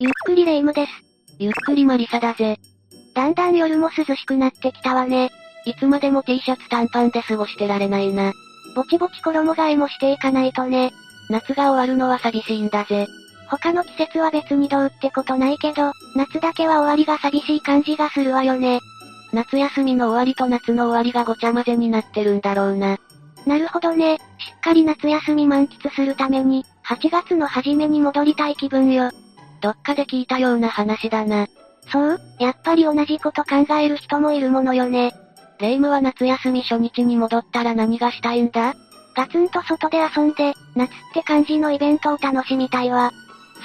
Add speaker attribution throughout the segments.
Speaker 1: ゆっくりレ夢ムです。
Speaker 2: ゆっくりマリサだぜ。
Speaker 1: だんだん夜も涼しくなってきたわね。
Speaker 2: いつまでも T シャツ短パンで過ごしてられないな。
Speaker 1: ぼちぼち衣替えもしていかないとね。
Speaker 2: 夏が終わるのは寂しいんだぜ。
Speaker 1: 他の季節は別にどうってことないけど、夏だけは終わりが寂しい感じがするわよね。
Speaker 2: 夏休みの終わりと夏の終わりがごちゃ混ぜになってるんだろうな。
Speaker 1: なるほどね。しっかり夏休み満喫するために、8月の初めに戻りたい気分よ。
Speaker 2: どっかで聞いたような話だな。
Speaker 1: そうやっぱり同じこと考える人もいるものよね。
Speaker 2: レイムは夏休み初日に戻ったら何がしたいんだ
Speaker 1: ガツンと外で遊んで、夏って感じのイベントを楽しみたいわ。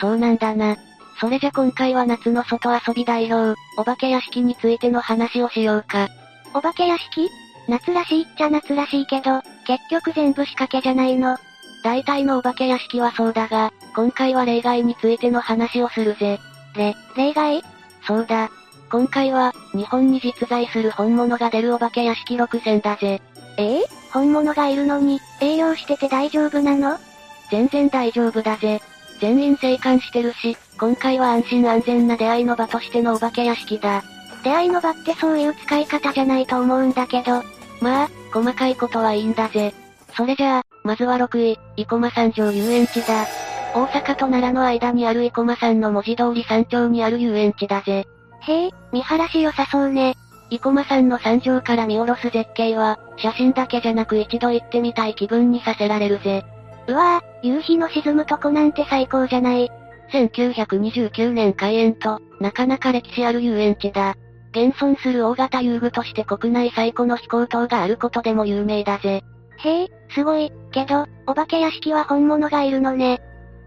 Speaker 2: そうなんだな。それじゃ今回は夏の外遊び代表、お化け屋敷についての話をしようか。
Speaker 1: お化け屋敷夏らしいっちゃ夏らしいけど、結局全部仕掛けじゃないの。
Speaker 2: 大体のお化け屋敷はそうだが、今回は例外についての話をするぜ。
Speaker 1: れ、例外
Speaker 2: そうだ。今回は、日本に実在する本物が出るお化け屋敷6選だぜ。
Speaker 1: ええ本物がいるのに、営業してて大丈夫なの
Speaker 2: 全然大丈夫だぜ。全員生還してるし、今回は安心安全な出会いの場としてのお化け屋敷だ。
Speaker 1: 出会いの場ってそういう使い方じゃないと思うんだけど。
Speaker 2: まあ、細かいことはいいんだぜ。それじゃあ、まずは6位、生駒山城遊園地だ。大阪と奈良の間にある生駒山の文字通り山頂にある遊園地だぜ。
Speaker 1: へえ、見晴らし良さそうね。
Speaker 2: 生駒山の山上から見下ろす絶景は、写真だけじゃなく一度行ってみたい気分にさせられるぜ。
Speaker 1: うわぁ、夕日の沈むとこなんて最高じゃない。
Speaker 2: 1929年開園と、なかなか歴史ある遊園地だ。現存する大型遊具として国内最古の飛行塔があることでも有名だぜ。
Speaker 1: へえ、すごい、けど、お化け屋敷は本物がいるのね。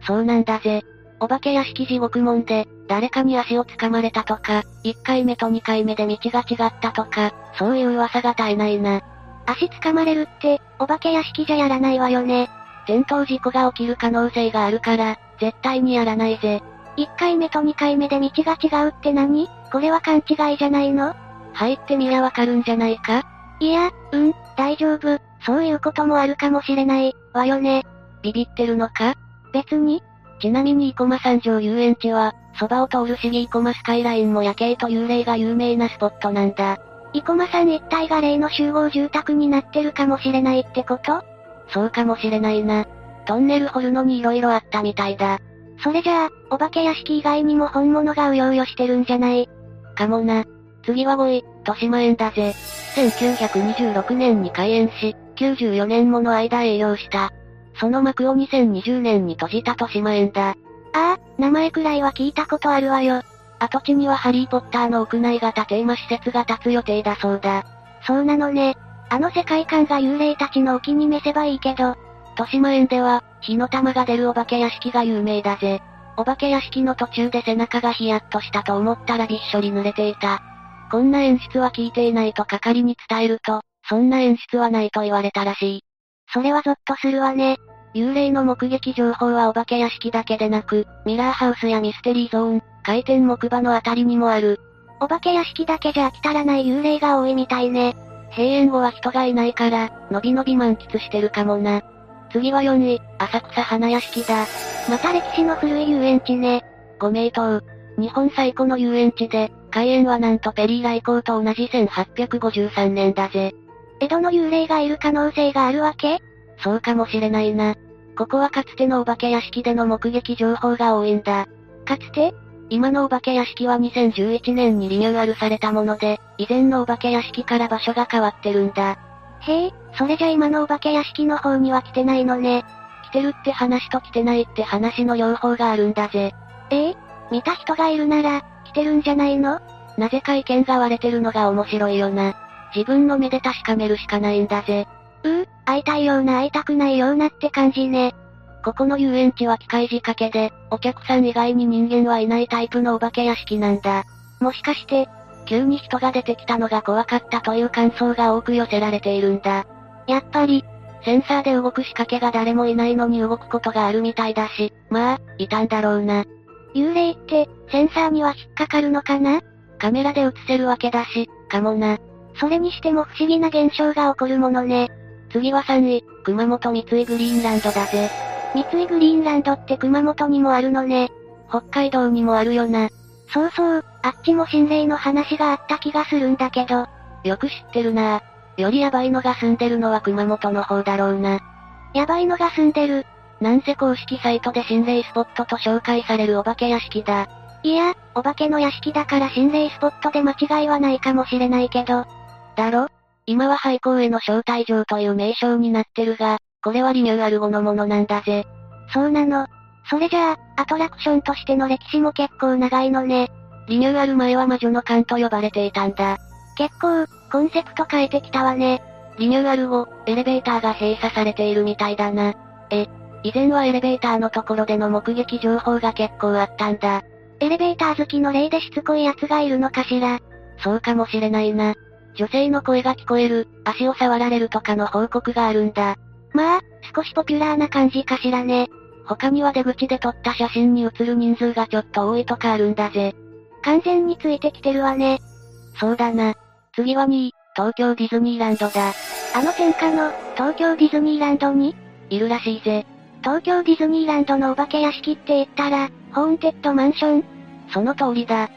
Speaker 2: そうなんだぜ。お化け屋敷地獄門で、誰かに足をつかまれたとか、1回目と2回目で道が違ったとか、そういう噂が絶えないな。
Speaker 1: 足つかまれるって、お化け屋敷じゃやらないわよね。
Speaker 2: 転倒事故が起きる可能性があるから、絶対にやらないぜ。
Speaker 1: 1回目と2回目で道が違うって何これは勘違いじゃないの
Speaker 2: 入ってみりゃわかるんじゃないか
Speaker 1: いや、うん、大丈夫。そういうこともあるかもしれない、わよね。
Speaker 2: ビビってるのか
Speaker 1: 別に
Speaker 2: ちなみに生駒山城遊園地は、そばを通る市議生駒スカイラインも夜景と幽霊が有名なスポットなんだ。
Speaker 1: 生駒山一帯が霊の集合住宅になってるかもしれないってこと
Speaker 2: そうかもしれないな。トンネル掘るのに色々あったみたいだ。
Speaker 1: それじゃあ、お化け屋敷以外にも本物がうようよしてるんじゃない
Speaker 2: かもな。次は5位、豊島園だぜ。1926年に開園し、94年もの間営業した。その幕を2020年に閉じた豊島園だ。
Speaker 1: ああ、名前くらいは聞いたことあるわよ。
Speaker 2: 跡地にはハリーポッターの屋内型テーマ施設が建つ予定だそうだ。
Speaker 1: そうなのね。あの世界観が幽霊たちのお気に召せばいいけど、
Speaker 2: 豊島園では、火の玉が出るお化け屋敷が有名だぜ。お化け屋敷の途中で背中がヒヤッとしたと思ったらびっしょり濡れていた。こんな演出は聞いていないと係に伝えると、そんな演出はないと言われたらしい。
Speaker 1: それはゾッとするわね。
Speaker 2: 幽霊の目撃情報はお化け屋敷だけでなく、ミラーハウスやミステリーゾーン、回転木馬のあたりにもある。
Speaker 1: お化け屋敷だけじゃ飽き足らない幽霊が多いみたいね。
Speaker 2: 閉園後は人がいないから、のびのび満喫してるかもな。次は4位、浅草花屋敷だ。
Speaker 1: また歴史の古い遊園地ね。
Speaker 2: ご名答。日本最古の遊園地で、開園はなんとペリー来航と同じ1853年だぜ。
Speaker 1: 江戸の幽霊がいる可能性があるわけ
Speaker 2: そうかもしれないな。ここはかつてのお化け屋敷での目撃情報が多いんだ。
Speaker 1: かつて
Speaker 2: 今のお化け屋敷は2011年にリニューアルされたもので、以前のお化け屋敷から場所が変わってるんだ。
Speaker 1: へえ、それじゃ今のお化け屋敷の方には来てないのね。
Speaker 2: 来てるって話と来てないって話の両方があるんだぜ。
Speaker 1: ええ見た人がいるなら、来てるんじゃないの
Speaker 2: なぜか意見が割れてるのが面白いよな。自分の目で確かめるしかないんだぜ。
Speaker 1: うー、会いたいような会いたくないようなって感じね。
Speaker 2: ここの遊園地は機械仕掛けで、お客さん以外に人間はいないタイプのお化け屋敷なんだ。
Speaker 1: もしかして、
Speaker 2: 急に人が出てきたのが怖かったという感想が多く寄せられているんだ。
Speaker 1: やっぱり、
Speaker 2: センサーで動く仕掛けが誰もいないのに動くことがあるみたいだし、まあ、いたんだろうな。
Speaker 1: 幽霊って、センサーには引っかかるのかな
Speaker 2: カメラで映せるわけだし、かもな。
Speaker 1: それにしても不思議な現象が起こるものね。
Speaker 2: 次は3位、熊本三井グリーンランドだぜ。
Speaker 1: 三井グリーンランドって熊本にもあるのね。
Speaker 2: 北海道にもあるよな。
Speaker 1: そうそう、あっちも心霊の話があった気がするんだけど、
Speaker 2: よく知ってるなよりヤバいのが住んでるのは熊本の方だろうな。
Speaker 1: やばいのが住んでる。
Speaker 2: なんせ公式サイトで心霊スポットと紹介されるお化け屋敷だ。
Speaker 1: いや、お化けの屋敷だから心霊スポットで間違いはないかもしれないけど、
Speaker 2: だろ今は廃校への招待状という名称になってるが、これはリニューアル後のものなんだぜ。
Speaker 1: そうなの。それじゃあ、アトラクションとしての歴史も結構長いのね。
Speaker 2: リニューアル前は魔女の館と呼ばれていたんだ。
Speaker 1: 結構、コンセプト変えてきたわね。
Speaker 2: リニューアル後、エレベーターが閉鎖されているみたいだな。え、以前はエレベーターのところでの目撃情報が結構あったんだ。
Speaker 1: エレベーター好きの例でしつこい奴がいるのかしら。
Speaker 2: そうかもしれないな。女性の声が聞こえる、足を触られるとかの報告があるんだ。
Speaker 1: まあ、少しポピュラーな感じかしらね。
Speaker 2: 他には出口で撮った写真に写る人数がちょっと多いとかあるんだぜ。
Speaker 1: 完全についてきてるわね。
Speaker 2: そうだな。次は2位、東京ディズニーランドだ。
Speaker 1: あの天下の、東京ディズニーランドに
Speaker 2: いるらしいぜ。
Speaker 1: 東京ディズニーランドのお化け屋敷って言ったら、ホーンテッドマンション
Speaker 2: その通りだ。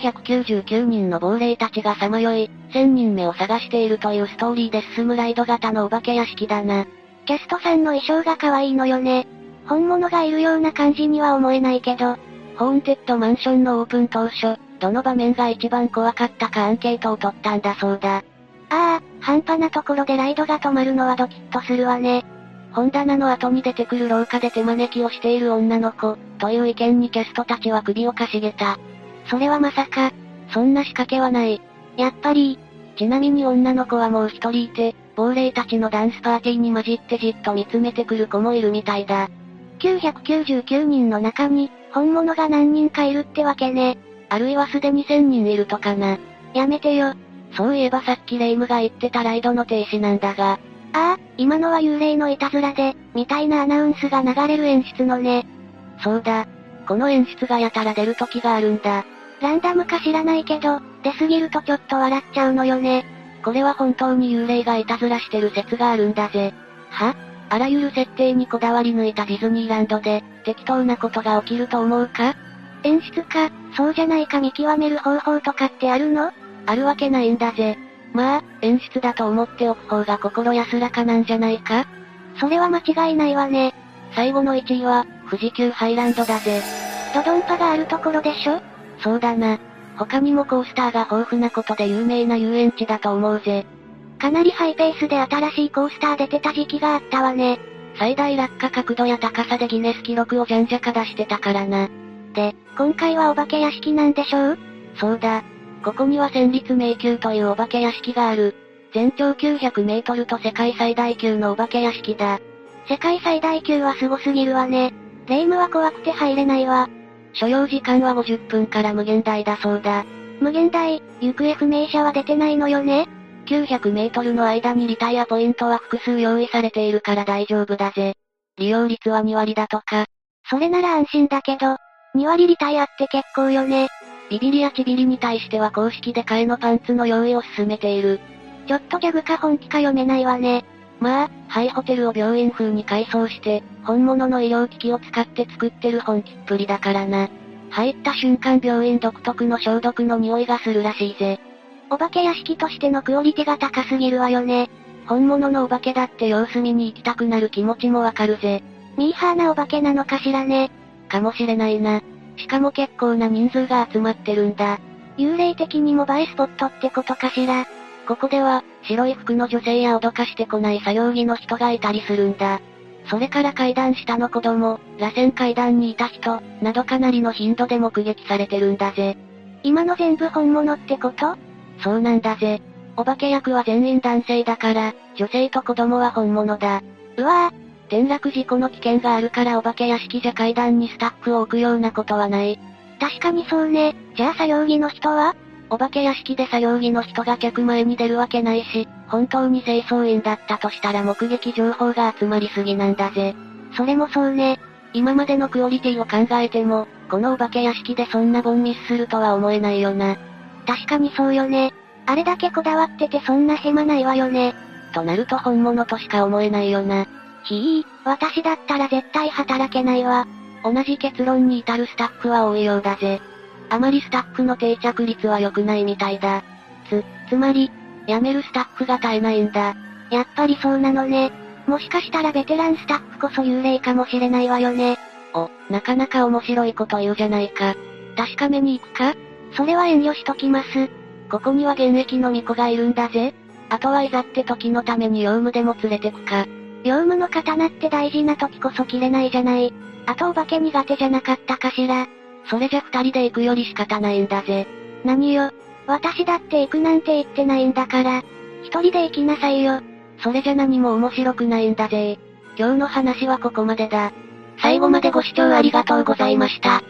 Speaker 2: 999人の亡霊たちがさまよい、1000人目を探しているというストーリーで進むライド型のお化け屋敷だな。
Speaker 1: キャストさんの衣装が可愛いのよね。本物がいるような感じには思えないけど、
Speaker 2: ホーンテッドマンションのオープン当初、どの場面が一番怖かったかアンケートを取ったんだそうだ。
Speaker 1: ああ、半端なところでライドが止まるのはドキッとするわね。
Speaker 2: 本棚の後に出てくる廊下で手招きをしている女の子、という意見にキャストたちは首をかしげた。
Speaker 1: それはまさか、
Speaker 2: そんな仕掛けはない。
Speaker 1: やっぱり、
Speaker 2: ちなみに女の子はもう一人いて、亡霊たちのダンスパーティーに混じってじっと見つめてくる子もいるみたいだ。
Speaker 1: 999人の中に、本物が何人かいるってわけね。
Speaker 2: あるいはすでに1000人いるとかな。
Speaker 1: やめてよ。
Speaker 2: そういえばさっきレイムが言ってたライドの停止なんだが、
Speaker 1: ああ、今のは幽霊のいたずらで、みたいなアナウンスが流れる演出のね。
Speaker 2: そうだ。この演出がやたら出る時があるんだ。
Speaker 1: ランダムか知らないけど、出すぎるとちょっと笑っちゃうのよね。
Speaker 2: これは本当に幽霊がいたずらしてる説があるんだぜ。はあらゆる設定にこだわり抜いたディズニーランドで、適当なことが起きると思うか
Speaker 1: 演出か、そうじゃないか見極める方法とかってあるの
Speaker 2: あるわけないんだぜ。まあ、演出だと思っておく方が心安らかなんじゃないか
Speaker 1: それは間違いないわね。
Speaker 2: 最後の1位は、富士急ハイランドだぜ。
Speaker 1: ドドンパがあるところでしょ
Speaker 2: そうだな。他にもコースターが豊富なことで有名な遊園地だと思うぜ。
Speaker 1: かなりハイペースで新しいコースター出てた時期があったわね。
Speaker 2: 最大落下角度や高さでギネス記録をじゃんじゃか出してたからな。
Speaker 1: 今回はお化け屋敷なんでしょう
Speaker 2: そうだ。ここには戦慄迷宮というお化け屋敷がある。全長900メートルと世界最大級のお化け屋敷だ。
Speaker 1: 世界最大級はすごすぎるわね。霊夢は怖くて入れないわ。
Speaker 2: 所要時間は50分から無限大だそうだ。
Speaker 1: 無限大、行方不明者は出てないのよね。
Speaker 2: 900メートルの間にリタイアポイントは複数用意されているから大丈夫だぜ。利用率は2割だとか、
Speaker 1: それなら安心だけど、2割リタイアって結構よね。
Speaker 2: ビビりやちびりに対しては公式で替えのパンツの用意を進めている。
Speaker 1: ちょっとギャグか本気か読めないわね。
Speaker 2: まあ、ハイホテルを病院風に改装して、本物の医療機器を使って作ってる本気っぷりだからな。入った瞬間病院独特の消毒の匂いがするらしいぜ。
Speaker 1: お化け屋敷としてのクオリティが高すぎるわよね。
Speaker 2: 本物のお化けだって様子見に行きたくなる気持ちもわかるぜ。
Speaker 1: ミーハーなお化けなのかしらね。
Speaker 2: かもしれないな。しかも結構な人数が集まってるんだ。
Speaker 1: 幽霊的にも映えスポットってことかしら。
Speaker 2: ここでは、白い服の女性や脅かしてこない作業着の人がいたりするんだ。それから階段下の子供、螺旋階段にいた人、などかなりの頻度で目撃されてるんだぜ。
Speaker 1: 今の全部本物ってこと
Speaker 2: そうなんだぜ。お化け役は全員男性だから、女性と子供は本物だ。
Speaker 1: うわぁ、
Speaker 2: 転落事故の危険があるからお化け屋敷じゃ階段にスタッフを置くようなことはない。
Speaker 1: 確かにそうね。じゃあ作業着の人は
Speaker 2: お化け屋敷で作業着の人が客前に出るわけないし、本当に清掃員だったとしたら目撃情報が集まりすぎなんだぜ。
Speaker 1: それもそうね。
Speaker 2: 今までのクオリティを考えても、このお化け屋敷でそんなボンミスするとは思えないよな。
Speaker 1: 確かにそうよね。あれだけこだわっててそんなヘマないわよね。
Speaker 2: となると本物としか思えないよな。
Speaker 1: ひぃ、私だったら絶対働けないわ。
Speaker 2: 同じ結論に至るスタッフは多いようだぜ。あまりスタッフの定着率は良くないみたいだ。つ、つまり、辞めるスタッフが絶えないんだ。
Speaker 1: やっぱりそうなのね。もしかしたらベテランスタッフこそ幽霊かもしれないわよね。
Speaker 2: お、なかなか面白いこと言うじゃないか。確かめに行くか
Speaker 1: それは遠慮しときます。
Speaker 2: ここには現役の巫女がいるんだぜ。あとはいざって時のために用務でも連れてくか。
Speaker 1: 用務の刀って大事な時こそ切れないじゃない。あとお化け苦手じゃなかったかしら。
Speaker 2: それじゃ二人で行くより仕方ないんだぜ。
Speaker 1: 何よ。私だって行くなんて言ってないんだから。一人で行きなさいよ。
Speaker 2: それじゃ何も面白くないんだぜ。今日の話はここまでだ。
Speaker 3: 最後までご視聴ありがとうございました。